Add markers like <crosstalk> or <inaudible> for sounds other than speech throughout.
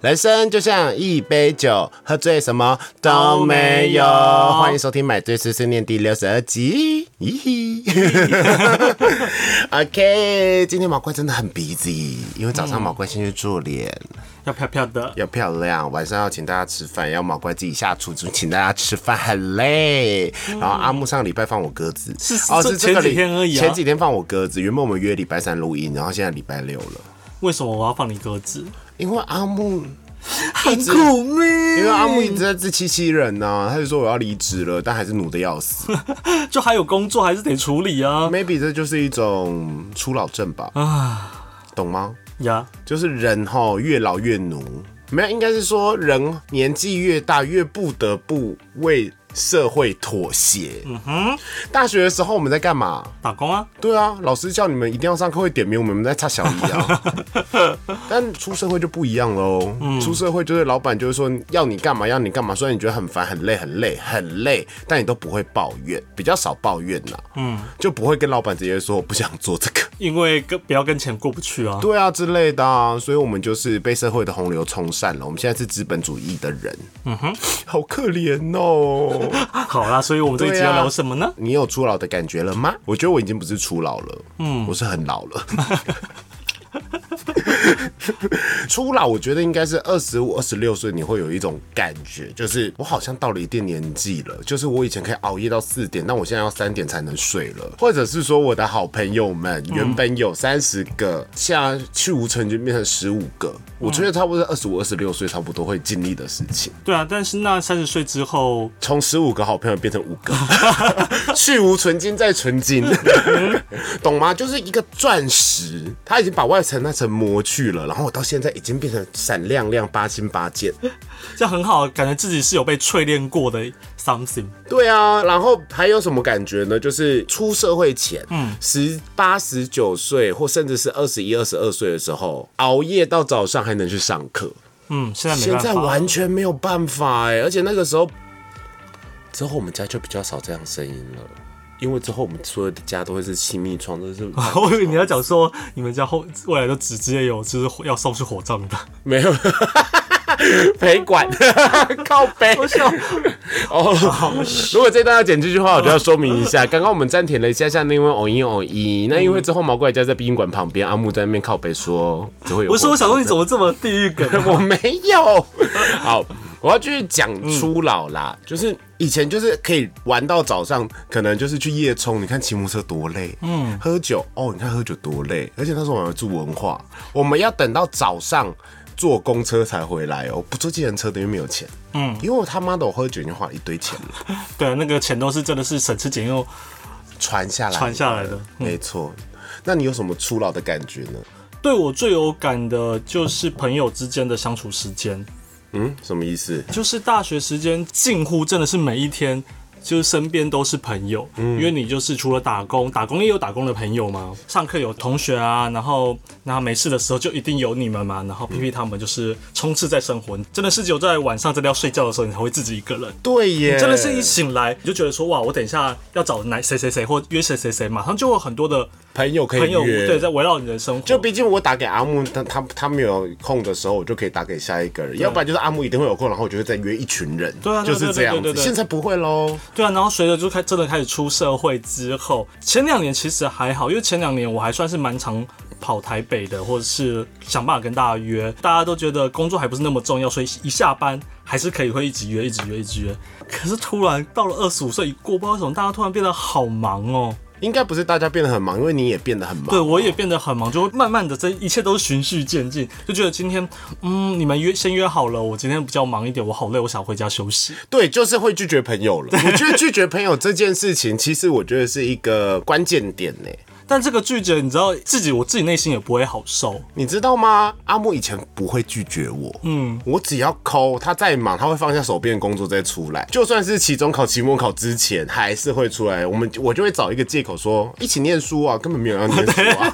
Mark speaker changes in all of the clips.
Speaker 1: 人生就像一杯酒，喝醉什么都没有。
Speaker 2: 都没有
Speaker 1: 欢迎收听《买醉碎碎念》第六十二集。
Speaker 2: <laughs>
Speaker 1: 咦嘿，OK，今天毛怪真的很 busy，因为早上毛怪先去做脸，
Speaker 2: 要飘飘的。
Speaker 1: 要漂亮，晚上要请大家吃饭，要毛怪自己下厨请大家吃饭，很累。然后阿木上礼拜放我鸽子，
Speaker 2: 是是
Speaker 1: 哦，
Speaker 2: 是
Speaker 1: 是这个
Speaker 2: 前几
Speaker 1: 礼
Speaker 2: 天而已啊
Speaker 1: 前几天放我鸽子，原本我们约礼拜三录音，然后现在礼拜六了，
Speaker 2: 为什么我要放你鸽子？
Speaker 1: 因为阿木。
Speaker 2: 很苦命，
Speaker 1: 因为阿木一直在自欺欺人呢、他就说我要离职了，但还是努的要死。
Speaker 2: 就还有工作还是得处理啊。
Speaker 1: Maybe 这就是一种初老症吧，
Speaker 2: 啊
Speaker 1: 懂吗？
Speaker 2: 呀，
Speaker 1: 就是人吼越老越奴，没有，应该是说人年纪越大越不得不为社会妥协。嗯哼，大学的时候我们在干嘛？
Speaker 2: 打工啊，
Speaker 1: 对啊，老师叫你们一定要上课会点名，我们在插小一 <laughs> 啊。但出社会就不一样喽，出社会就是老板就是说要你干嘛要你干嘛，虽然你觉得很烦很累很累很累，但你都不会抱怨，比较少抱怨呐、嗯，就不会跟老板直接说我不想做这个， <laughs>
Speaker 2: 因为跟不要跟钱过不去啊。
Speaker 1: 对啊之类的啊，所以我们就是被社会的洪流冲散了，我们现在是资本主义的人，嗯哼，好可怜 <laughs> 哦。
Speaker 2: 好啦，所以我们这一集
Speaker 1: 对啊
Speaker 2: 要聊什么呢？
Speaker 1: 你有初老的感觉了吗？我觉得我已经不是初老了，嗯，我是很老了。 <laughs> 初老，我觉得应该是二十五、二十六岁，你会有一种感觉，就是我好像到了一定年纪了。就是我以前可以熬夜到四点，但我现在要三点才能睡了。或者是说，我的好朋友们原本有三十个，现在去无成就变成十五个。我觉得差不多是二十五、二十六岁差不多会经历的事情。
Speaker 2: 对啊，但是那三十岁之后，
Speaker 1: 从十五个好朋友变成五个， <laughs> 去无存金再存金， <laughs> 懂吗？就是一个钻石，它已经把外层那层磨去了，然后我到现在已经变成闪亮亮、八星八箭。
Speaker 2: 这样很好，啊感觉自己是有被淬炼过的 something。
Speaker 1: 对啊，然后还有什么感觉呢？就是出社会前，嗯，十八、十九岁，或甚至是二十一、二十二岁的时候，熬夜到早上还能去上课，
Speaker 2: 嗯，现在没
Speaker 1: 现
Speaker 2: 办法。
Speaker 1: 在完全没有办法哎、而且那个时候之后我们家就比较少这样声音了，因为之后我们所有的家都会是亲密窗，都是
Speaker 2: <laughs> 我以为你要讲说你们家后未来都直接有就是要送去火葬
Speaker 1: <laughs>
Speaker 2: 的，
Speaker 1: 没有赔
Speaker 2: <laughs>
Speaker 1: 管靠背
Speaker 2: 我想
Speaker 1: 哦。如果这段要剪这句话，我就要说明一下，刚刚我们暂停了一下下，那因为偶一偶一，那因为之后毛怪家在殡仪馆旁边，阿木在那边靠背说，只会有
Speaker 2: 我说我想
Speaker 1: 火
Speaker 2: 说你怎么这么地狱梗啊、
Speaker 1: <laughs> 我没有。好，我要继续讲初老啦，就是以前就是可以玩到早上，可能就是去夜冲，你看骑摩托车多累，嗯，喝酒哦，你看喝酒多累，而且那时候我们有住文化，我们要等到早上。坐公车才回来哦，不坐计程车等于没有钱。嗯，因为我他妈的我喝酒已经花一堆钱了，
Speaker 2: 对，啊那个钱都是真的是省吃俭用
Speaker 1: 传下来，
Speaker 2: 传下来的。嗯
Speaker 1: 没错。那你有什么初老的感觉呢？
Speaker 2: 对我最有感的就是朋友之间的相处时间，
Speaker 1: 嗯，什么意思？
Speaker 2: 就是大学时间近乎真的是每一天。就是身边都是朋友，因为你就是除了打工，打工也有打工的朋友嘛，上课有同学啊，然后那没事的时候就一定有你们嘛，然后 P P 他们就是充斥在生活，真的是只有在晚上真的要睡觉的时候，你才会自己一个人。
Speaker 1: 对耶，
Speaker 2: 真的是一醒来你就觉得说哇，我等一下要找哪谁谁谁或约谁谁谁，马上就会有很多的
Speaker 1: 朋友可以
Speaker 2: 朋友
Speaker 1: 约
Speaker 2: 对在围绕你的生活，
Speaker 1: 就毕竟我打给阿木，他他他没有空的时候，我就可以打给下一个人，要不然就是阿木一定会有空，然后我就会再约一群人，
Speaker 2: 对啊对
Speaker 1: 就
Speaker 2: 啊
Speaker 1: 是这样子。
Speaker 2: 对啊对啊对啊对啊
Speaker 1: 现在不会喽，
Speaker 2: 对啊，然后随着就开真的开始出社会之后，前两年其实还好，因为前两年我还算是蛮常跑台北的，或者是想办法跟大家约，大家都觉得工作还不是那么重要，所以一下班还是可以会一直约，一直约，一直约。可是突然到了二十五岁一过，不知道为什么大家突然变得好忙哦。
Speaker 1: 应该不是大家变得很忙，因为你也变得很
Speaker 2: 对，
Speaker 1: 忙。
Speaker 2: 我也变得很忙，就慢慢的这一切都是循序渐进，就觉得今天，嗯，你们约先约好了，我今天比较忙一点，我好累，我想回家休息。
Speaker 1: 对，就是会拒绝朋友了。我觉得拒绝朋友这件事情，其实我觉得是一个关键点呢、
Speaker 2: 但这个拒绝，你知道自己我自己内心也不会好受，
Speaker 1: 你知道吗？阿木以前不会拒绝我，嗯，我只要抠，他再忙，他会放下手边的工作再出来。就算是期中考、期末考之前，还是会出来。我们我就会找一个借口说一起念书啊，根本没有人要念书 <laughs> 啊。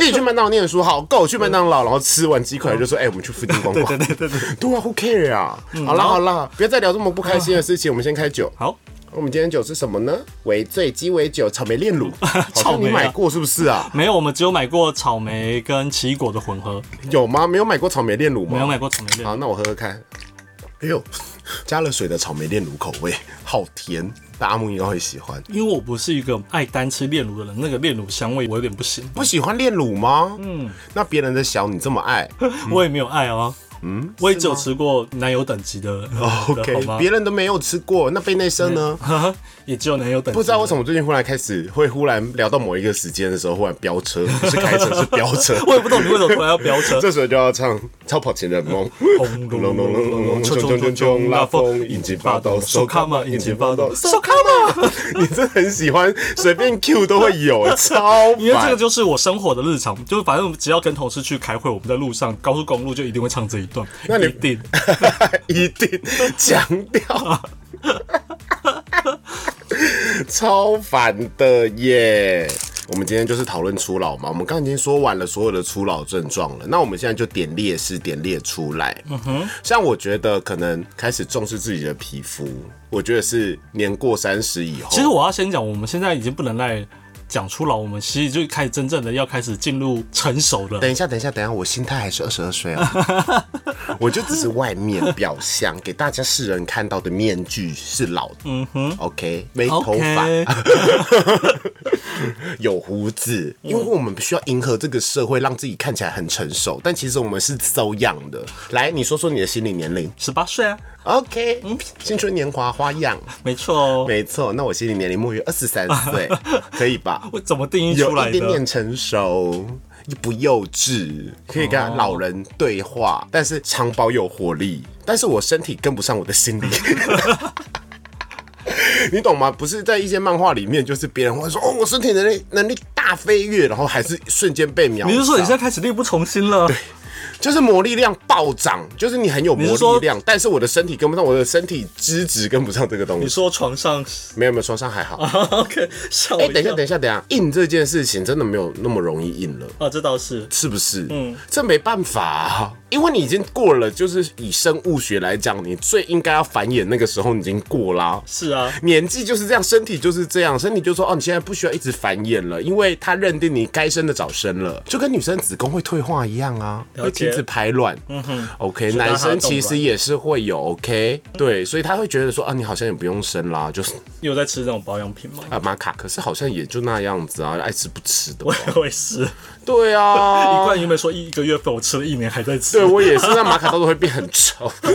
Speaker 1: 一起去麦当劳念书，好，够我去麦当劳，然后吃完鸡块就说，哎、我们去附近逛逛。对对对对对，啊，Who care 啊？好啦好啦，不要再聊这么不开心的事情，我们先开酒。
Speaker 2: 好，
Speaker 1: 我们今天酒是什么 <laughs> 呢？尾醉鸡尾酒、 <laughs> 草莓炼啊乳，好像你买过是不是啊？
Speaker 2: 没有，我们只有买过草莓跟奇异果的混合，
Speaker 1: 有吗？没有买过草莓炼乳吗？
Speaker 2: 没有买过草莓炼乳。
Speaker 1: 好，那我喝喝看。哎呦，加了水的草莓炼乳口味，好甜，大木应该会喜欢。
Speaker 2: 因为我不是一个爱单吃炼乳的人，那个炼乳香味我有点不行，
Speaker 1: 不喜欢炼乳吗？嗯，那别人的小你这么
Speaker 2: <laughs>
Speaker 1: 爱
Speaker 2: 我也没有爱啊。
Speaker 1: 嗯
Speaker 2: 我也只有吃过男友等级的的好
Speaker 1: ，OK，
Speaker 2: 吗
Speaker 1: 别人都没有吃过，那贝内生
Speaker 2: 嗯
Speaker 1: 呢？
Speaker 2: 也只有男友等级。
Speaker 1: 不知道为什么最近忽然开始会忽然聊到某一个时间的时候，忽然飙车，不是开车是飙车，
Speaker 2: <laughs> 我也不懂你为什么突然要飙车。
Speaker 1: <laughs> 这时候就要唱《超跑情人梦》。
Speaker 2: 轰隆
Speaker 1: 隆隆隆隆隆，冲冲冲冲，拉风，引擎发动，手卡嘛，引擎发动，手卡嘛。你真的很喜欢，随便 Q 都会有，超
Speaker 2: 因为这个
Speaker 1: 烦。
Speaker 2: 就是我生活的日常，就是反正只要跟同事去开会，我们在路上高速公路就一定会唱这一段，
Speaker 1: 那你
Speaker 2: 一定。
Speaker 1: <laughs> 一定强调， <laughs> 超烦的耶。我们今天就是讨论初老嘛，我们刚刚已经说完了所有的初老症状了，那我们现在就点列式点列出来。嗯哼，像我觉得可能开始重视自己的皮肤，我觉得是年过三十以后。
Speaker 2: 其实我要先讲，我们现在已经不能再讲出老，我们其实就开始真正的要开始进入成熟了。
Speaker 1: 等一下，等一下，等一下，我心态还是二十二岁啊， <laughs> 我就只是外面表象给大家世人看到的面具是老的，嗯哼，OK，没头发
Speaker 2: OK，
Speaker 1: 有胡子，因为我们需要迎合这个社会，让自己看起来很成熟，但其实我们是 so young 的。来，你说说你的心理年龄
Speaker 2: <laughs> 十八岁啊，
Speaker 1: ，OK，青春年华花样，
Speaker 2: 没错哦。
Speaker 1: 没错，那我心理年龄莫于二十三 <laughs> 岁，可以吧？
Speaker 2: 我怎么定义
Speaker 1: 有
Speaker 2: 出来
Speaker 1: 一点
Speaker 2: 的？
Speaker 1: 点成熟，又不幼稚，可以跟老人对话，但是常保有活力。但是我身体跟不上我的心理。 <laughs> 你懂吗？不是在一些漫画里面，就是别人会说哦，我身体能力能力大飞跃，然后还是瞬间被秒杀。
Speaker 2: 你是说你现在开始力不从心了？
Speaker 1: 就是魔力量暴涨，就是你很有
Speaker 2: 你
Speaker 1: 魔
Speaker 2: 是说
Speaker 1: 力量，但是我的身体跟不上，我的身体资质跟不上这个东
Speaker 2: 你
Speaker 1: 西。
Speaker 2: 说床上 <laughs>
Speaker 1: 没有没有，床上还好。
Speaker 2: ？OK，吓我
Speaker 1: 哎、
Speaker 2: 一
Speaker 1: 等一下，
Speaker 2: 跳。
Speaker 1: 等一下，等一下，硬这件事情真的没有那么容易硬了。
Speaker 2: 哦，这倒是。
Speaker 1: 是不是？嗯，这没办法、啊，因为你已经过了，就是以生物学来讲，你最应该要繁衍那个时候你已经过啦、
Speaker 2: 是啊，
Speaker 1: 年纪就是这样，身体就是这样，身体就说哦，你现在不需要一直繁衍了，因为他认定你该生的早生了，就跟女生子宫会退化一样啊，
Speaker 2: 了
Speaker 1: 会
Speaker 2: 解
Speaker 1: 停止排卵。嗯哼，OK，男生其实也是会有 OK，对，所以他会觉得说啊，你好像也不用生啦，就是
Speaker 2: 你有在吃那种保养品吗？
Speaker 1: 啊玛卡，可是好像也就那样子啊，爱吃不吃的。
Speaker 2: <laughs> 我也是，一
Speaker 1: 对啊，
Speaker 2: 罐原本说一一个月份，我吃了一年还在吃
Speaker 1: 对，我也是，那玛卡到时候会变很臭。
Speaker 2: <laughs>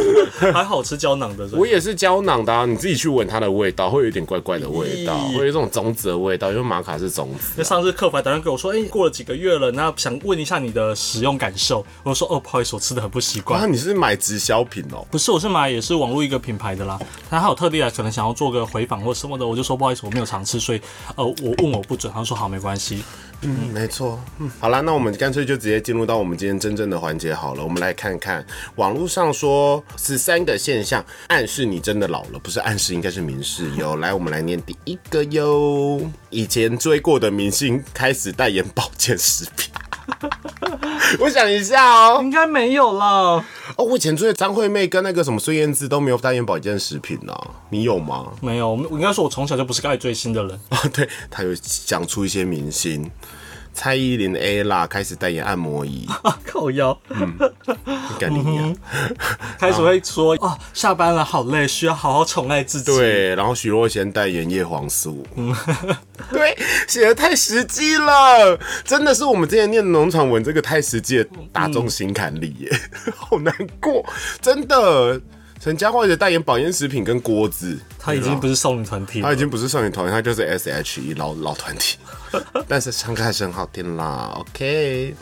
Speaker 2: 还好吃胶囊的。
Speaker 1: <laughs> 我也是胶囊的、啊，你自己去闻它的味道，会有一点怪怪的味道，会
Speaker 2: 咦
Speaker 1: 有一种种子的味道，因为玛卡是种子。
Speaker 2: 那上次客服还打电话给我说，哎、过了几个月了，那想问一下你的使用感受。我说，哦，不好意思，我吃的很不习惯。
Speaker 1: 啊，你是买直销品哦、
Speaker 2: 不是，我是买也是网络一个品牌的啦，他还有特地来可能想要做个回访或什么的，我就说不好意思，我没有尝试，所以呃，我问我不准，他说好，没关系。
Speaker 1: 嗯，没错。嗯，好啦，那我们干脆就直接进入到我们今天真正的环节好了。我们来看看网络上说十三个现象暗示你真的老了，不是暗示，应该是明示哟。来，我们来念第一个哟。以前追过的明星开始代言保健食品。 <laughs> 我想一下哦、
Speaker 2: 应该没有啦，
Speaker 1: 哦，我以前追的张惠妹跟那个什么孙燕姿都没有代言保健食品呢、你有吗？
Speaker 2: 没有，我应该说我从小就不是个爱追星的人。
Speaker 1: 啊，对，她有讲出一些明星，蔡依林 A 啦开始代言按摩椅，
Speaker 2: 靠 <laughs> 腰，
Speaker 1: 干你娘！
Speaker 2: 嗯开始会说啊，下班了好累，需要好好宠爱自己。，
Speaker 1: <laughs> 对，然后许若瑄代言叶黄素， <laughs> 对，写的太实际了，真的是我们之前念农场文这个太实际，打中心坎里耶， <laughs> 好难过，真的。陈嘉桦也代言保健食品跟锅子，
Speaker 2: 他已经不是少女团体
Speaker 1: 他
Speaker 2: 了
Speaker 1: 已。经不是少女团，他就是 S H E 老老团体， <laughs> 但是唱歌还是很好听啦。OK，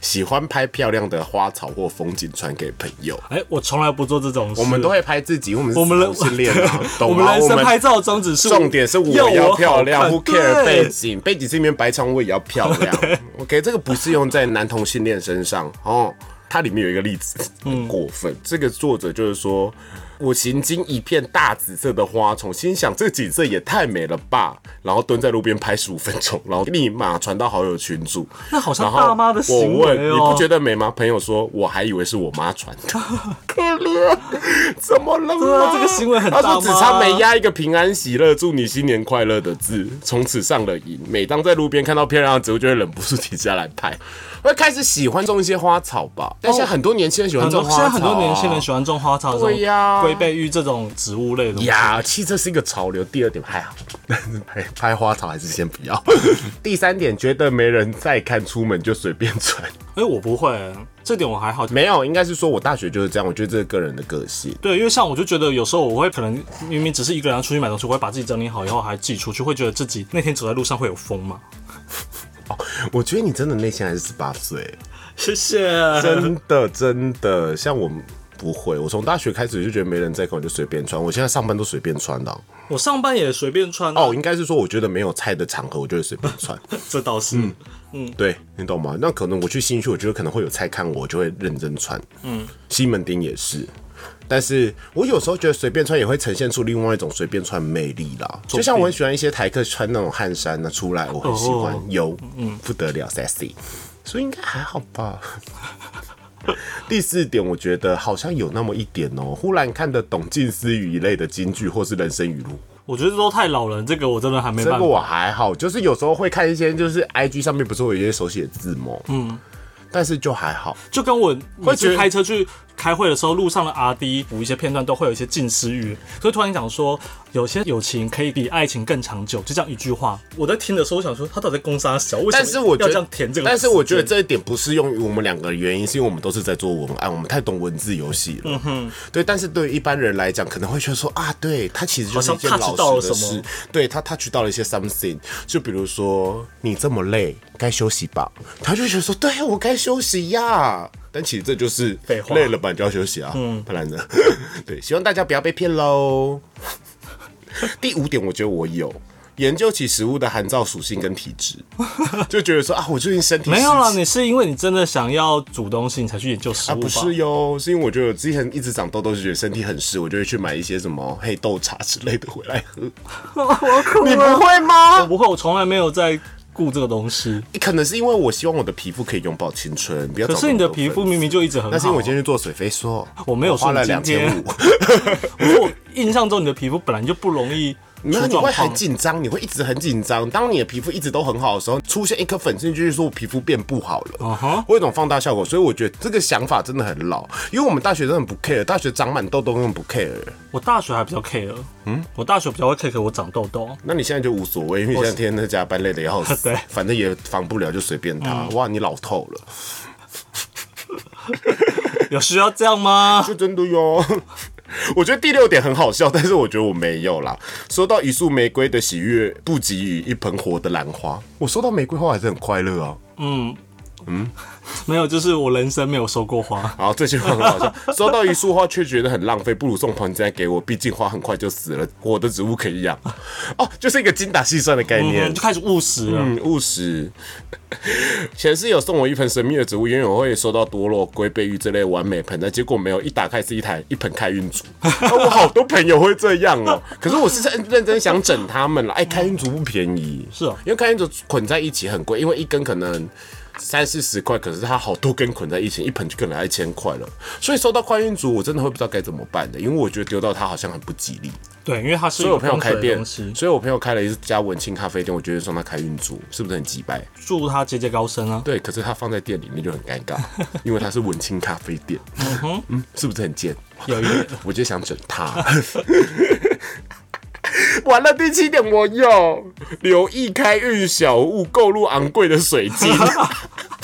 Speaker 1: 喜欢拍漂亮的花草或风景传给朋友，
Speaker 2: 哎、我从来不做这种事。
Speaker 1: 我们都会拍自己，我们是
Speaker 2: 我们人
Speaker 1: 同性恋啊，
Speaker 2: <laughs> 我
Speaker 1: 懂
Speaker 2: 们
Speaker 1: 吗？
Speaker 2: 人
Speaker 1: 我
Speaker 2: 生
Speaker 1: 们
Speaker 2: 拍照的宗旨是
Speaker 1: 重点是我
Speaker 2: 要
Speaker 1: 要
Speaker 2: 好
Speaker 1: 漂亮
Speaker 2: 看
Speaker 1: ，Who care
Speaker 2: 对
Speaker 1: 背景？背景这面白长我也要漂
Speaker 2: <laughs>
Speaker 1: 亮。OK，这个不适用在男同性恋身上哦。它里面有一个例子
Speaker 2: 嗯
Speaker 1: 很过分，这个作者就是说。我行经一片大紫色的花丛，心想这景色也太美了吧，然后蹲在路边拍十五分钟，然后立马传到好友群组。
Speaker 2: 那 <laughs> 好像
Speaker 1: 然后
Speaker 2: 爸妈的行为
Speaker 1: 我问
Speaker 2: 哦 <laughs>
Speaker 1: 你不觉得美吗？朋友说我还以为是我妈传的，可脸，怎么了
Speaker 2: 对啊
Speaker 1: 吗？
Speaker 2: 这个行为很
Speaker 1: 他
Speaker 2: 大
Speaker 1: 说只
Speaker 2: 吗
Speaker 1: 差没压一个平安喜乐，祝你新年快乐的字，从此上了瘾。每当在路边看到漂亮的植物，就会忍不住停下来拍。会开始喜欢种一些花草吧，但现在很多年轻人喜欢
Speaker 2: 很
Speaker 1: 种
Speaker 2: 多
Speaker 1: 花
Speaker 2: 现
Speaker 1: 草、啊，
Speaker 2: 在很多年 <laughs> 轻人喜欢种花草，
Speaker 1: 对呀
Speaker 2: 这种龟背玉这种植物类的东西。
Speaker 1: 呀，其实这是一个潮流。第二点
Speaker 2: 哎
Speaker 1: 还好，拍拍花草还是先
Speaker 2: <laughs>
Speaker 1: 不要。 <laughs> 第三点，觉得没人再看，出门就随便穿。
Speaker 2: 哎、我不会，这点我还好。
Speaker 1: 没有，应该是说我大学就是这样，我觉得这是个人的个性。
Speaker 2: 对，因为像我就觉得有时候我会可能明明只是一个人要出去买东西，我会把自己整理好以后还自己出去，会觉得自己那天走在路上会有风
Speaker 1: <laughs>
Speaker 2: 嘛。
Speaker 1: 我觉得你真的内心还是十八岁，
Speaker 2: 谢谢。
Speaker 1: 真的真的，像我不会，我从大学开始就觉得没人再看，我就随便穿。我现在上班都随便穿的啊、
Speaker 2: 我上班也随便穿啊
Speaker 1: 哦，应该是说我觉得没有菜的场合，我就会随便穿。
Speaker 2: 这倒是。
Speaker 1: 嗯对你懂吗？那可能我去新区，我觉得可能会有菜看我，我就会认真穿。嗯，西门町也是。但是我有时候觉得随便穿也会呈现出另外一种随便穿魅力啦，就像我很喜欢一些台客穿那种汗衫呢、出来，我很喜欢
Speaker 2: 哦，嗯
Speaker 1: 有、不得了 sexy，所以应该还好吧。 <laughs> 第四点，我觉得好像有那么一点哦、忽然看得懂近思语一类的金句或是人生语录，
Speaker 2: 我觉得都太老了，这个我真的还没
Speaker 1: 这
Speaker 2: 办
Speaker 1: 个
Speaker 2: 法。
Speaker 1: 我还好，就是有时候会看一些，就是 I G 上面不是会有一些手写字吗？嗯，但是就还好。
Speaker 2: 就跟我每
Speaker 1: 觉
Speaker 2: 次
Speaker 1: 得
Speaker 2: 开车去开会的时候，路上的 R D 补一些片段，都会有一些近似语，所以突然讲说，有些友情可以比爱情更长久，就这样一句话。我在听的时候，我想说他到底在攻杀小，为什么
Speaker 1: 但是我觉
Speaker 2: 要
Speaker 1: 得
Speaker 2: 这样填这个？
Speaker 1: 但是我觉得。这一点不适用于我们两个的原因，是因为我们都是在做文案，我们太懂文字游戏了。嗯哼，对。但是对于一般人来讲，可能会觉得说啊，对他其实就是
Speaker 2: 好像
Speaker 1: 一件
Speaker 2: touch 到
Speaker 1: 老
Speaker 2: 了
Speaker 1: 实的
Speaker 2: 什么
Speaker 1: 事，对他 touch 到了一些 something，就比如说你这么累，该休息吧。他就觉得说，对我该休息呀。但其实这就是
Speaker 2: 废话
Speaker 1: 累了吧，你就要休息啊，嗯，不然呢？ <laughs> 对，希望大家不要被骗喽。第五点，我觉得我有研究起食物的含皂属性跟体
Speaker 2: <laughs>
Speaker 1: 质，就觉得说啊，我最近身体
Speaker 2: 没有啦，
Speaker 1: 是
Speaker 2: 你是因为你真的想要煮东西，你才去研究食
Speaker 1: 啊，
Speaker 2: 物
Speaker 1: 不
Speaker 2: 吧？
Speaker 1: 是哟，是因为我觉得我之前一直长痘痘，就觉得身体很湿，我就会去买一些什么黑豆茶之类的回来喝。
Speaker 2: <laughs>
Speaker 1: 你不会
Speaker 2: 我
Speaker 1: 吗？
Speaker 2: 啊不会，我从来没有在顾这个东西。
Speaker 1: 可能是因为我希望我的皮肤可以永葆青春，不要。
Speaker 2: 可是你的皮肤。明明就一直很好。
Speaker 1: 那是因为我今天去做水飞梭，
Speaker 2: 我没有说
Speaker 1: 花了
Speaker 2: 你今
Speaker 1: 两
Speaker 2: 天
Speaker 1: 千五，
Speaker 2: 可是我印象中你的皮肤本来就不容易
Speaker 1: <laughs> 没有
Speaker 2: 出
Speaker 1: 你
Speaker 2: 状
Speaker 1: 会很
Speaker 2: 况。
Speaker 1: 紧张，你会一直很紧张。当你的皮肤一直都很好的时候，出现一颗粉刺，就是说我皮肤变不好了。
Speaker 2: 啊哈，
Speaker 1: 会有一种放大效果，哦所以我觉得这个想法真的很老，因为我们大学真的很不 care，大学长满痘痘根本不 care。
Speaker 2: 我大学还比较 care，嗯，我大学比较会 care 我长痘痘。，
Speaker 1: 那你现在就无所谓，因为你现在天天在加班累的要死
Speaker 2: 对
Speaker 1: 反正也防不了，就随便他。哇，你老透了，
Speaker 2: <laughs> 有需要这
Speaker 1: <laughs>
Speaker 2: 样吗？
Speaker 1: 是真的哟。我觉得第六点很好笑，但是我觉得我没有啦。收到一束玫瑰的喜悦，不及于一盆活的兰花。我收到玫瑰花还是很快乐啊。
Speaker 2: 没有，就是我人生没有收
Speaker 1: <laughs>
Speaker 2: 过花。
Speaker 1: 然后这句话很好笑，收到一束花却觉得很浪费，不如送盆栽给我，毕竟花很快就死了，活的植物可以养。哦，就是一个精打细算的概念
Speaker 2: 嗯，。就开始务实了。
Speaker 1: 嗯，务实。 <laughs> 前世有送我一盆神秘的植物，因为我会收到多肉、龟背玉这类完美盆栽，结果没有，一打开是一台一盆开运竹。 <laughs> 啊我好多朋友会这样哦、可是我是认认真想整他们了。哎，开运竹不便宜，
Speaker 2: 是哦
Speaker 1: 因为开运竹捆在一起很贵，因为一根可能。三四十块，可是它好多根捆在一起，一盆就可能要一千块了。所以收到开运竹，我真的会不知道该怎么办的，因为我觉得丢到它好像很不吉利。
Speaker 2: 对，因为它是
Speaker 1: 所以我朋友开
Speaker 2: 一个
Speaker 1: 店
Speaker 2: 风水的东，西，
Speaker 1: 所以我朋友开了一家文青咖啡店，我觉得送他开运竹，是不是很鸡掰？
Speaker 2: 祝它节节高升啊！
Speaker 1: 对，可是他放在店里面就很尴尬，因为他是文青咖啡店，嗯，是不是很贱？
Speaker 2: 有一点，
Speaker 1: <laughs> 我就想整他。 <laughs> 完了，第七点我有留意开运小物，购入昂贵的水晶。 <laughs>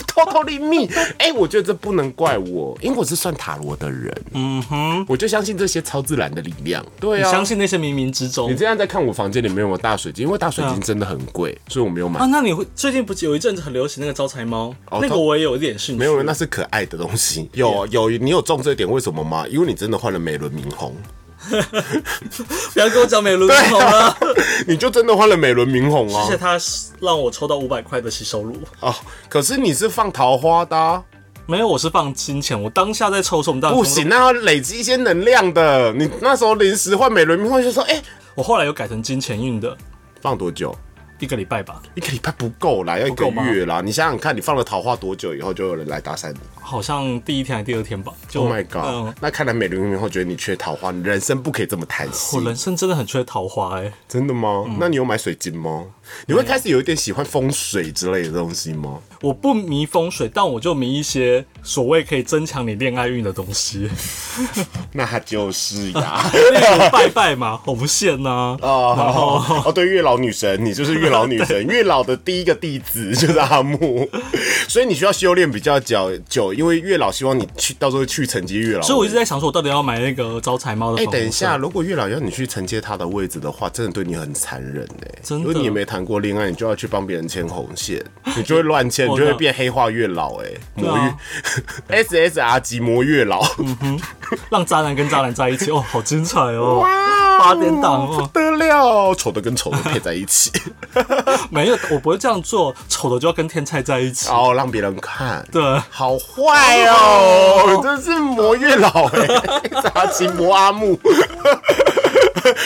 Speaker 1: 偷偷的密，哎、我觉得这不能怪我，因为我是算塔罗的人，嗯哼，我就相信这些超自然的力量。对
Speaker 2: 你
Speaker 1: 啊，
Speaker 2: 相信那些冥冥之中
Speaker 1: 你这样在看我房间里面有没有大水晶，因为大水
Speaker 2: 嗯
Speaker 1: 晶真的很贵，所以我没有买
Speaker 2: 啊？。那你会最近不是有一阵子很流行那个招财猫？那
Speaker 1: 它
Speaker 2: 个我也有一点兴
Speaker 1: 哦
Speaker 2: 趣。
Speaker 1: 没有，那是可爱的东西。有有，你有中这点，为什么吗？因为你真的换了美轮明宏，
Speaker 2: <laughs>
Speaker 1: <laughs>
Speaker 2: 不要跟我讲美轮明宏了。 <laughs>
Speaker 1: 你就真的换了美轮明宏
Speaker 2: 而且
Speaker 1: 啊！
Speaker 2: 它让我抽到五百块的吸收乳。
Speaker 1: 哦，可是你是放桃花的啊、
Speaker 2: 没有，我是放金钱，我当下在抽的时候，我们当
Speaker 1: 不
Speaker 2: 时
Speaker 1: 行，那要累积一些能量的。你那时候临时换美轮明宏，就说哎、
Speaker 2: 我后来有改成金钱运的，
Speaker 1: 放多久？
Speaker 2: 一个礼拜吧，
Speaker 1: 一个礼拜不够啦，要一个
Speaker 2: 不够吗
Speaker 1: 月啦。你想想看，你放了桃花多久以后，就有人来搭讪你
Speaker 2: 好像第一天还是第二天吧。就
Speaker 1: ？Oh my god！、
Speaker 2: 嗯，
Speaker 1: 那看来美玲零后觉得你缺桃花，你人生不可以这么贪
Speaker 2: 我
Speaker 1: 心。
Speaker 2: 人生真的很缺桃花哎、
Speaker 1: 真的吗？那你有买水晶吗？你会开始有一点喜欢风水之类的东西吗？
Speaker 2: 我不迷风水，但我就迷一些所谓可以增强你恋爱运的东
Speaker 1: <laughs>
Speaker 2: 西，
Speaker 1: 那它就是呀。
Speaker 2: 例如拜拜嘛，红线啊呐、然后
Speaker 1: <laughs> 哦哦，对，月老女神，你就是月老女 <laughs> 神，月老的第一个弟子就是阿木，所以你需要修炼比较久久，因为月老希望你去到时候去承接月老。
Speaker 2: 所以我一直在想说，我到底要买那个招财猫的
Speaker 1: 哎、
Speaker 2: 粉红色。
Speaker 1: 等一下，如果月老要你去承接他的位置的话，真的对你很残忍哎、
Speaker 2: 真的
Speaker 1: 因为你也没谈过恋爱，你就要去帮别人牵红线， <laughs> 你就会乱牵，你
Speaker 2: 我
Speaker 1: 就
Speaker 2: 的
Speaker 1: 会变黑化月老哎、魔 <laughs>
Speaker 2: 啊嗯
Speaker 1: 月 SSR 级魔月老，
Speaker 2: 让渣男跟渣男在一起，哦，好精彩哦！
Speaker 1: 哇
Speaker 2: 八点档
Speaker 1: 不
Speaker 2: 哦，
Speaker 1: 得了，丑的跟丑的配在一
Speaker 2: <laughs>
Speaker 1: 起，
Speaker 2: 没有，我不会这样做，丑的就要跟天才在一起
Speaker 1: 然。后让别人看。
Speaker 2: 对，
Speaker 1: 好坏哦，真是魔月老 <laughs> 哎、杂七魔阿木。 <laughs>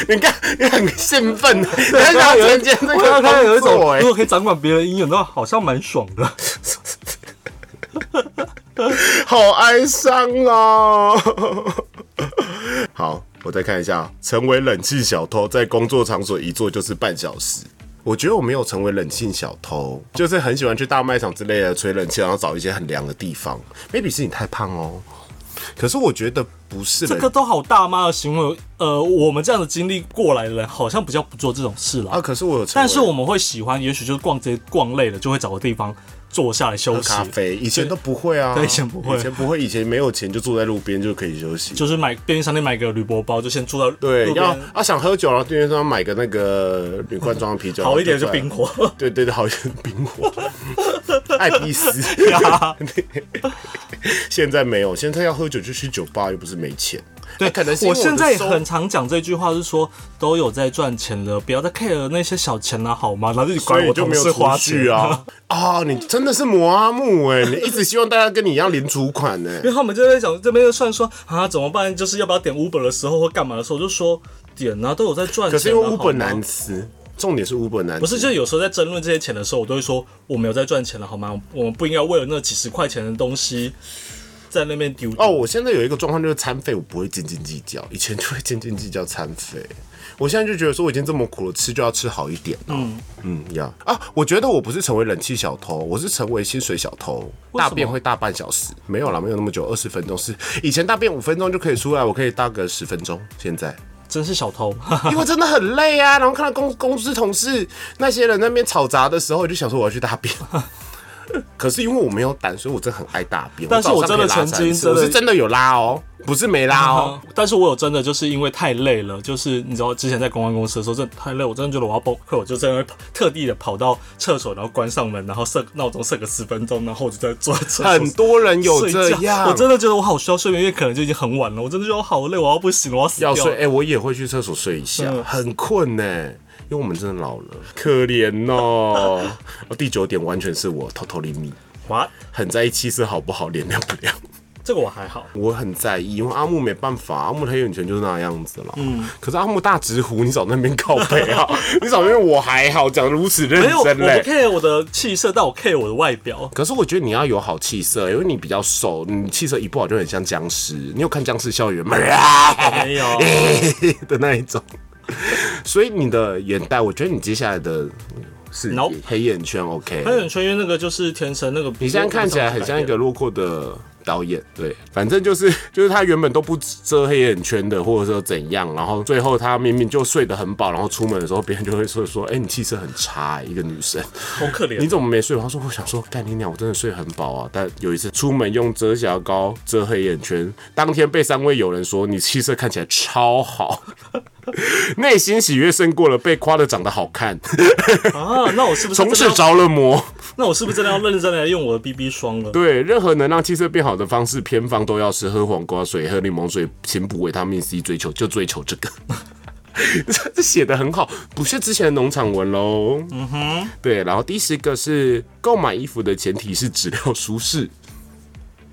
Speaker 1: 你看，你很兴奋，你很想承接这
Speaker 2: 我刚刚看到有
Speaker 1: 个工
Speaker 2: 一种
Speaker 1: 作，哎、
Speaker 2: 如果可以掌管别人姻缘的话，好像蛮爽
Speaker 1: <laughs>
Speaker 2: 的。
Speaker 1: 好哀伤哦。 <laughs> 好，我再看一下，成为冷气小偷，在工作场所一坐就是半小时。我觉得我没有成为冷气小偷，就是很喜欢去大卖场之类的吹冷气，然后找一些很凉的地方。maybe 是你太胖哦，可是我觉得不是
Speaker 2: 这
Speaker 1: 冷
Speaker 2: 个都好大妈的行为，呃，我们这样的经历过来的人，好像比较不做这种事
Speaker 1: 啊，
Speaker 2: 啦。
Speaker 1: 可是我有成为，
Speaker 2: 但是我们会喜欢，也许就是逛街逛累了，就会找个地方坐下来休
Speaker 1: 喝
Speaker 2: 息，
Speaker 1: 咖啡，以前都不会啊，
Speaker 2: 对以前不会
Speaker 1: 以前不会，以前没有钱就坐在路边就可以休息。
Speaker 2: 就是买便利商店买个铝箔包，就先坐到
Speaker 1: 对，
Speaker 2: 路边
Speaker 1: 要啊想喝酒，然后店员说买个那个铝罐装的啤酒，
Speaker 2: 好一点
Speaker 1: 然
Speaker 2: 就
Speaker 1: 后坐
Speaker 2: 冰
Speaker 1: 下
Speaker 2: 火。 <laughs>
Speaker 1: 来。对对对，好一点冰火，爱必死。
Speaker 2: 啊
Speaker 1: <laughs> 现在没有，现在要喝酒就去酒吧，又不是没钱。
Speaker 2: 对，
Speaker 1: 那可能是因
Speaker 2: 我
Speaker 1: 为
Speaker 2: 现
Speaker 1: 的
Speaker 2: 在也
Speaker 1: 收
Speaker 2: 很常讲这句话，是说都有在赚钱了，不要再 care 那些小钱了、啊好吗？然后就
Speaker 1: 所
Speaker 2: 管
Speaker 1: 以
Speaker 2: 我
Speaker 1: 就
Speaker 2: 同
Speaker 1: 没有
Speaker 2: 事花
Speaker 1: 储
Speaker 2: 钱
Speaker 1: 蓄。 <laughs>
Speaker 2: <laughs>
Speaker 1: 啊啊！你真的是摩阿木哎，你一直希望大家跟你一样零储款欸呢、
Speaker 2: 因为他们就在想这边就算说啊怎么办，就是要不要点 Uber 的时候或干嘛的时候，我就说点啊，都有在赚
Speaker 1: 可
Speaker 2: 钱啊。
Speaker 1: 是因为 u
Speaker 2: 好
Speaker 1: b
Speaker 2: 吗
Speaker 1: 难吃，重点是 u b 难吃，
Speaker 2: 不是，就有时候在争论这些钱的时候，我都会说我没有在赚钱了，好吗？我们不应该为了那几十块钱的东西在那边丢。
Speaker 1: 哦，，我现在有一个状况就是餐费我不会斤斤计较，以前就会斤斤计较餐费。 <laughs> 我现在就觉得说我已经这么苦了，吃就要吃好一点、嗯嗯，要啊！我觉得我不是成为冷气小偷，我是成为薪水小偷。
Speaker 2: 为什
Speaker 1: 大
Speaker 2: 么
Speaker 1: 便会大半小时，没有啦，没有那么久，二十分钟是以前大便五分钟就可以出来，我可以大个十分钟。现在
Speaker 2: 真是小偷。
Speaker 1: <laughs> 因为真的很累啊，然后看到公公司同事那些人那边吵杂的时候，我就想说我要去大便。 <laughs> 可是因为我没有胆，所以我真的很爱大便。
Speaker 2: 但是我
Speaker 1: 早上可以
Speaker 2: 真
Speaker 1: 拉
Speaker 2: 的曾
Speaker 1: 三
Speaker 2: 经
Speaker 1: 次
Speaker 2: 真的
Speaker 1: 我是真的有拉哦，不是没拉
Speaker 2: <laughs>
Speaker 1: 哦。
Speaker 2: <laughs> 但是我有真的就是因为太累了，就是你知道之前在公关公司的时候，真的太累，我真的觉得我要崩溃，我就在那边跑特地的跑到厕所，然后关上门，然后设闹钟设个十分钟，然后我就在坐在厕所。 <laughs>
Speaker 1: 很多人有
Speaker 2: 睡觉
Speaker 1: 这样，
Speaker 2: 我真的觉得我好需要睡眠，因为可能就已经很晚了，我真的觉得我好累，我要不行了，我要死掉
Speaker 1: 要
Speaker 2: 了。
Speaker 1: 睡。哎、我也会去厕所睡一下，
Speaker 2: 嗯
Speaker 1: 很困呢、因为我们真的老了，可怜哦。
Speaker 2: <laughs>
Speaker 1: 哦第九点完全是我偷偷厘米，
Speaker 2: 哇，
Speaker 1: 很在意气色好不好，脸亮不亮。
Speaker 2: 这个我还好，
Speaker 1: 我很在意，因为阿木没办法，阿木的黑眼圈就是那样子了。嗯，可是阿木大直胡，你找那边靠背
Speaker 2: <laughs>
Speaker 1: 啊，你找那边我还好，讲得如此认
Speaker 2: 没有，我
Speaker 1: 真
Speaker 2: 不
Speaker 1: 嘞。
Speaker 2: care 我的气色，但我 care 我的外表。
Speaker 1: 可是我觉得你要有好气色，因为你比较瘦，你气色一不好就很像僵尸。你有看《僵尸校园》吗？
Speaker 2: 没有，
Speaker 1: <laughs> 的那一种。所以你的眼袋，我觉得你接下来的是
Speaker 2: No
Speaker 1: 黑眼圈 OK。
Speaker 2: 黑眼圈因为那个就是天生那个，
Speaker 1: 你
Speaker 2: 你
Speaker 1: 现在看起来很像一个落魄的导演，对，反正就是 <laughs> 就是他原本都不遮黑眼圈的，或者说怎样，然后最后他明明就睡得很饱，然后出门的时候别人就会说说，哎、你气色很差、一个女生，
Speaker 2: <laughs>
Speaker 1: <laughs>
Speaker 2: 好可
Speaker 1: 你
Speaker 2: 怜。
Speaker 1: 怎么没睡饱？他说我想说，干你娘，我真的睡很饱啊。但有一次出门用遮瑕膏遮黑眼圈，当天被三位友人说你气色看起来超好， <laughs> 内心喜悦胜过了被夸的长得好看， <laughs>
Speaker 2: 啊，那我是不是真
Speaker 1: 从
Speaker 2: 的
Speaker 1: 此
Speaker 2: 要？
Speaker 1: 着了魔。
Speaker 2: 那我是不是真的要认真的用我的 BB 霜了？
Speaker 1: 对，任何能让气色变好的方式，偏方都要吃，喝黄瓜水，喝柠檬水，勤补维他命 C，追求就追求这个。这这写的很好，不是之前的农场文喽。嗯哼，对。然后第十个是购买衣服的前提是质量舒适。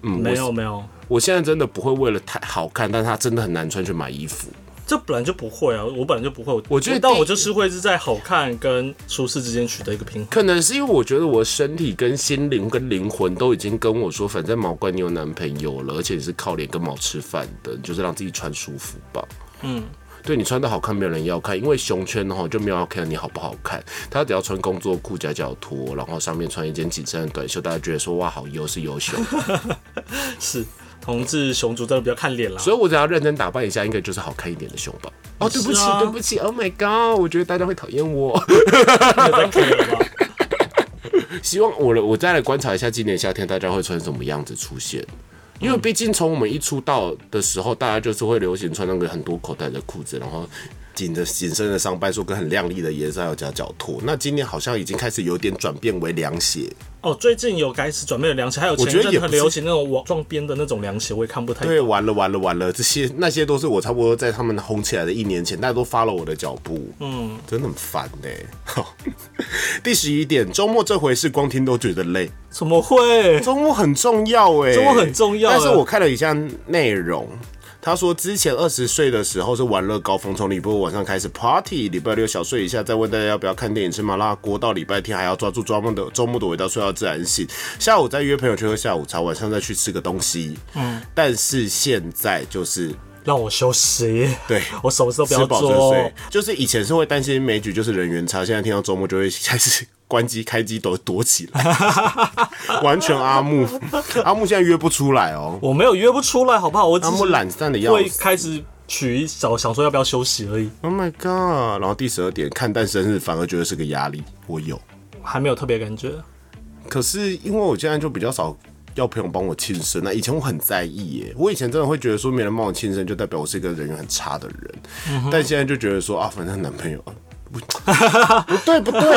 Speaker 2: 嗯没有没有，
Speaker 1: 嗯我现在真的不会为了太好看，但它真的很难穿去买衣服。
Speaker 2: 这本来就不会啊，我本来就不会。
Speaker 1: 我觉得
Speaker 2: 但
Speaker 1: 第
Speaker 2: 我就是会是在好看跟舒适之间取得一个平衡。
Speaker 1: 可能是因为我觉得我身体跟心灵跟灵魂都已经跟我说，反正毛怪你有男朋友了，而且你是靠脸跟毛吃饭的，你就是让自己穿舒服吧。嗯，对你穿的好看，没有人要看，因为熊圈的话就没有要看你好不好看，他只要穿工作裤夹脚拖，然后上面穿一件紧身的短袖，大家觉得说哇好优是优秀，
Speaker 2: 是，同志雄族真的比较看脸啦。
Speaker 1: 所以我只要认真打扮一下，应该就是好看一点的胸吧。哦，对不起
Speaker 2: 是啊，
Speaker 1: 对不起，Oh my god，我觉得大家会讨厌我。
Speaker 2: 没有在看脸了吧？
Speaker 1: 希望我我再来观察一下今年夏天大家会穿什么样子出现，因为毕竟从我们一出道的时候，大家就是会流行穿那个很多口袋的裤子，然后紧的紧身的上半束跟很亮丽的颜色，还有夹脚拖。那今年好像已经开始有点转变为凉鞋，
Speaker 2: <laughs> 哦，最近有开始准备了凉鞋，还有
Speaker 1: 觉
Speaker 2: 前
Speaker 1: 得
Speaker 2: 阵
Speaker 1: 也
Speaker 2: 子
Speaker 1: 不
Speaker 2: 很
Speaker 1: 是
Speaker 2: 流行那种网状边的那种凉鞋，我也看不太懂。
Speaker 1: 对，完了完了完了，这些那些都是我差不多在他们红起来的一年前，大家都发了我的脚步，嗯，真的很烦呢、好， <laughs> 第十一点，周末这回是光听都觉得累。
Speaker 2: 怎么会？
Speaker 1: 周末很重要哎、
Speaker 2: 周末很重要啊
Speaker 1: 但是我看了一下内容。他说，之前二十岁的时候是玩乐高峰，从礼拜五晚上开始 party，礼拜六小睡一下，再问大家要不要看电影、吃麻辣锅，到礼拜天还要抓住周末的周末的味道睡到自然醒，下午再约朋友去喝下午茶，晚上再去吃个东西。嗯，但是现在就是
Speaker 2: 让我休息。
Speaker 1: 对
Speaker 2: 我什么事都不
Speaker 1: 吃
Speaker 2: 要
Speaker 1: 饱就
Speaker 2: 做
Speaker 1: 睡。，就是以前是会担心美举就是人缘差，现在听到周末就会开始关机开机躲躲起 <laughs> 来，完全阿木，阿木现在约不出来哦，
Speaker 2: 我没有约不出来，好不好？我只
Speaker 1: 阿木
Speaker 2: 是
Speaker 1: 懒散的样
Speaker 2: 会
Speaker 1: 子。
Speaker 2: 开始取一找想说要不要休息而已，
Speaker 1: Oh my god！然后第十二点，看淡生日反而觉得是个压力，我有，
Speaker 2: 还没有特别感觉。
Speaker 1: 可是因为我现在就比较少。要朋友帮我庆生，那以前我很在意耶，我以前真的会觉得说没人帮我庆生，就代表我是一个人缘很差的人，但现在就觉得说啊，反正男朋友不不对不对，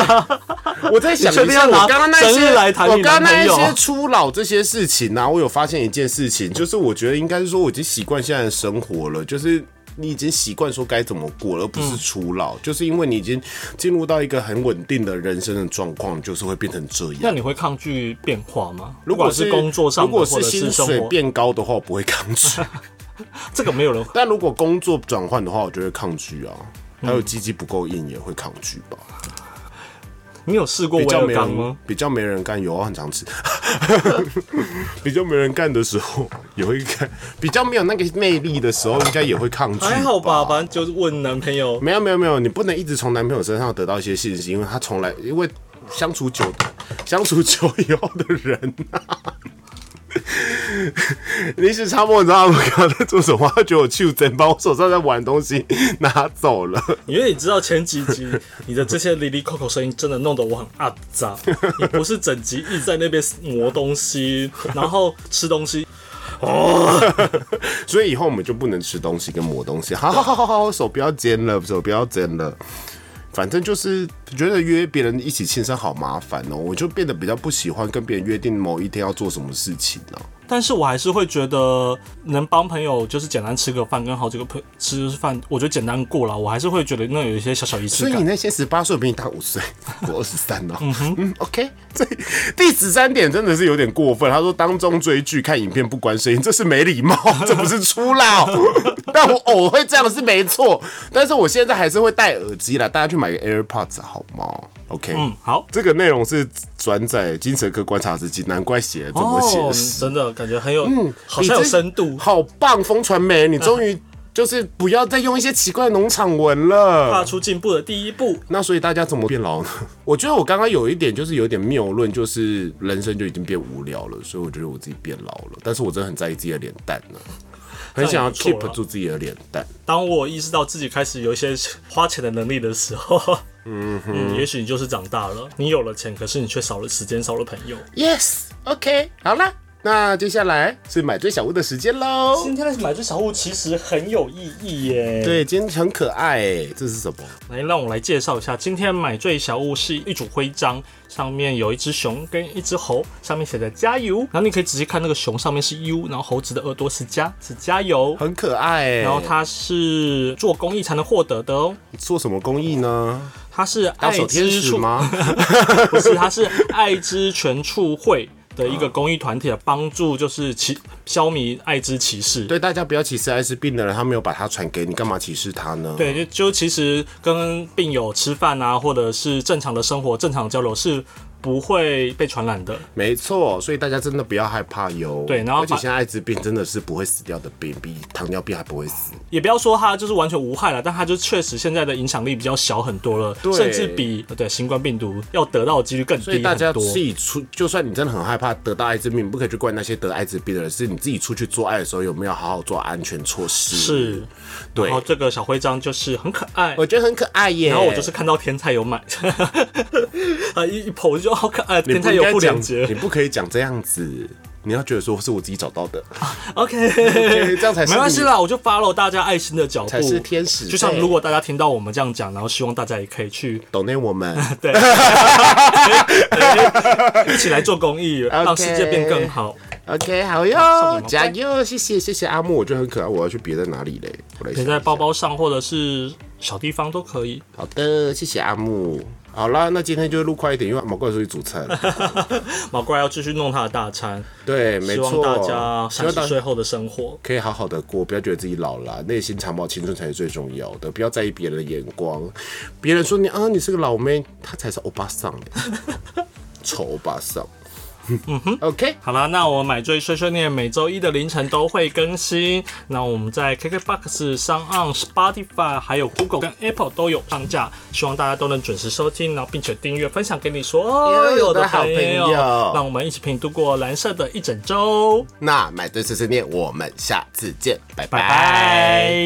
Speaker 1: 我在想
Speaker 2: 你确
Speaker 1: 一
Speaker 2: 定
Speaker 1: 下，
Speaker 2: 要拿
Speaker 1: 我刚刚那
Speaker 2: 生
Speaker 1: 些，
Speaker 2: 日来谈
Speaker 1: 我
Speaker 2: 你
Speaker 1: 刚刚那
Speaker 2: 男
Speaker 1: 一
Speaker 2: 朋友
Speaker 1: 些初老这些事情呢、我有发现一件事情，就是我觉得应该是说我已经习惯现在的生活了，就是。你已经习惯说该怎么过了，而不是初老，就是因为你已经进入到一个很稳定的人生的状况，就是会变成这样。
Speaker 2: 那你会抗拒变化吗？
Speaker 1: 如
Speaker 2: 不
Speaker 1: 果
Speaker 2: 管
Speaker 1: 是
Speaker 2: 是工作上
Speaker 1: 如
Speaker 2: 的，
Speaker 1: 果
Speaker 2: 或
Speaker 1: 是
Speaker 2: 者
Speaker 1: 薪
Speaker 2: 是生
Speaker 1: 水
Speaker 2: 活，
Speaker 1: 变高的话，我不会抗拒；
Speaker 2: 这个没有人
Speaker 1: 但如果工作转换的话，我就会抗拒啊。还有鸡鸡不够硬也会抗拒吧，
Speaker 2: 你有试嗯过
Speaker 1: 比
Speaker 2: 威
Speaker 1: 较
Speaker 2: 尔
Speaker 1: 没
Speaker 2: 刚
Speaker 1: 人
Speaker 2: 吗？
Speaker 1: 比较没人干，有啊，很常吃。 <laughs> 比较没人干的时候也会干，比较没有那个魅力的时候应该也会抗拒。
Speaker 2: 还好吧，反正就是问男朋友。
Speaker 1: 没有没有没有，你不能一直从男朋友身上得到一些信息，因为他从来因为相处久相处久以后的人、啊， <laughs> 临时插播，你知道他们刚刚在做什么？他觉得我去真把我手上在玩的东西拿走了。
Speaker 2: 因为你知道前几
Speaker 1: <laughs>
Speaker 2: 集你的这些哩哩扣扣声音真的弄得我很阿杂，你不是整集一直在那边磨东西，然后吃东西，
Speaker 1: 所以以后我们就不能吃东西跟抹东西。好好好好好，手不要尖了，手不要尖了。反正就是觉得约别人一起庆生好麻烦哦，我就变得比较不喜欢跟别人约定某一天要做什么事情哦了、
Speaker 2: 但是我还是会觉得能帮朋友就是简单吃个饭，跟好几个朋友吃饭，我觉得简单过了，我还是会觉得那有一些小小仪
Speaker 1: 所
Speaker 2: 式
Speaker 1: 以你
Speaker 2: 感。
Speaker 1: 那些十八岁比你大五岁， <laughs> 我二十三哦。嗯 o k 这第十三点真的是有点过分。他说当中追剧看影片不关声音，这是没礼
Speaker 2: <laughs>
Speaker 1: 貌，这不是初老。 <laughs> 但我偶尔会这样是没错，但是我现在还是会戴耳机啦。大家去买个 AirPods 好吗？OK，、
Speaker 2: 嗯，好。
Speaker 1: 这个内容是转载精神科观察日记，难怪写得这么写
Speaker 2: 哦
Speaker 1: 实。
Speaker 2: 真的感觉很有，好像
Speaker 1: 哦嗯你这
Speaker 2: 有深度。嗯
Speaker 1: 好棒！风传媒，你终于就是不要再用一些奇怪的农场文了。
Speaker 2: 踏出进步的第一步，
Speaker 1: 那所以大家怎么变老呢？ <laughs> 我觉得我刚刚有一点就是有点谬论，就是人生就已经变无聊了，所以我觉得我自己变老了，但是我真的很在意自己的脸蛋 <laughs> 呢，很想要
Speaker 2: 这样也不
Speaker 1: keep
Speaker 2: 错啦
Speaker 1: 住自己的脸蛋。
Speaker 2: 当我意识到自己开始有一些花钱的能力的时候，嗯嗯，也许你就是长大了，你有了钱，可是你却少了时间，少了朋友。
Speaker 1: Yes，OK，、好啦，那接下来是买最小物的时间喽。
Speaker 2: 今天的买醉小物其实很有意义耶。，
Speaker 1: 对，今天很可爱、欸，这是什么？
Speaker 2: 来让我来介绍一下，今天买醉小物是一组徽章，上面有一只熊跟一只猴，上面写着加油。然后你可以仔细看那个熊上面是 U，然后猴子的耳朵是加，是加油。
Speaker 1: 很可爱、欸。
Speaker 2: 然后它是做公益才能获得的哦，
Speaker 1: 做什么公益呢？
Speaker 2: 它是
Speaker 1: 当
Speaker 2: 爱
Speaker 1: 手天
Speaker 2: <laughs> 之
Speaker 1: 使
Speaker 2: 树
Speaker 1: 吗？ <laughs>
Speaker 2: 不是，它是爱之全处会的一个公益团体啊，帮助就是歧消弭艾滋歧视。
Speaker 1: 对，大家不要歧视艾滋病的人，他没有把它传给你，干嘛歧视他呢？，
Speaker 2: 对，就就其实跟病友吃饭啊，或者是正常的生活、正常交流是不会被传染的。
Speaker 1: 没错，所以大家真的不要害怕哟。
Speaker 2: 对然后
Speaker 1: 而且
Speaker 2: 把
Speaker 1: 现在艾滋病真的是不会死掉的病，比糖尿病还不会死。
Speaker 2: 也不要说它就是完全无害了，但它就确实现在的影响力比较小很多了，
Speaker 1: 对
Speaker 2: 甚至比对新冠病毒要得到的几率更低
Speaker 1: 所
Speaker 2: 很
Speaker 1: 以
Speaker 2: 多。
Speaker 1: 大家自己出，就算你真的很害怕得到艾滋病，你不可以去怪那些得艾滋病的人，是你自己出去做爱的时候有没有好好做安全措施？，
Speaker 2: 是，
Speaker 1: 对
Speaker 2: 然后，这个小徽章就是很可爱。
Speaker 1: 我觉得很可爱耶。
Speaker 2: 然后我就是看到天菜有买， <laughs> 啊一一捧我就觉得好可爱，
Speaker 1: 你
Speaker 2: 天
Speaker 1: 不
Speaker 2: 菜
Speaker 1: 应
Speaker 2: 有
Speaker 1: 该
Speaker 2: 不
Speaker 1: 讲
Speaker 2: 连，接
Speaker 1: 你不可以讲这样子，你要觉得说是我自己找到的，<laughs>
Speaker 2: ，OK，
Speaker 1: OK，这样才是
Speaker 2: 没关系
Speaker 1: 你
Speaker 2: 啦，我就 follow 大家爱心的脚步，
Speaker 1: 才是天使
Speaker 2: 就像
Speaker 1: 对
Speaker 2: 如果大家听到我们这样讲，然后希望大家也可以去
Speaker 1: 懂内我
Speaker 2: <laughs>
Speaker 1: 们。 <laughs>
Speaker 2: 对，对一起来做公益，让
Speaker 1: OK
Speaker 2: 世界变更好。
Speaker 1: OK，好
Speaker 2: 送
Speaker 1: 哟
Speaker 2: 你，吗
Speaker 1: 加油，谢谢谢谢阿木，我觉得很可爱，我要去别在哪里嘞？我来
Speaker 2: 别
Speaker 1: 想
Speaker 2: 在
Speaker 1: 一下
Speaker 2: 包包上或者是小地方都可以。 <laughs>
Speaker 1: 好的，谢谢阿木。好啦，那今天就录快一点，因为毛怪出去煮菜了。
Speaker 2: <laughs> 毛怪要继续弄他的大餐，
Speaker 1: 对，没
Speaker 2: 希
Speaker 1: 错
Speaker 2: 望，大家
Speaker 1: 希
Speaker 2: 三
Speaker 1: 望
Speaker 2: 十
Speaker 1: 大
Speaker 2: 岁后的生活。
Speaker 1: 可以好好的过，不要觉得自己老了，内心长保青春才是最重要的。不要在意别人的眼光，别人说你啊，你是个老妹，她才是欧巴
Speaker 2: <laughs>
Speaker 1: 桑嘞丑欧巴桑。OK，
Speaker 2: 嗯
Speaker 1: <laughs>
Speaker 2: 好啦，那我买醉碎碎念每周一的凌晨都会更新。那我们在 KKBOX、上 on、Spotify、还有 Google 跟 Apple 都有上架，希望大家都能准时收听，然后并且订阅、分享给你所有的
Speaker 1: 好
Speaker 2: 朋
Speaker 1: 朋
Speaker 2: 友
Speaker 1: 友，
Speaker 2: 让我们一起陪你度过蓝色的一整周。
Speaker 1: 那买醉碎碎念，我们下次见，拜
Speaker 2: 拜拜。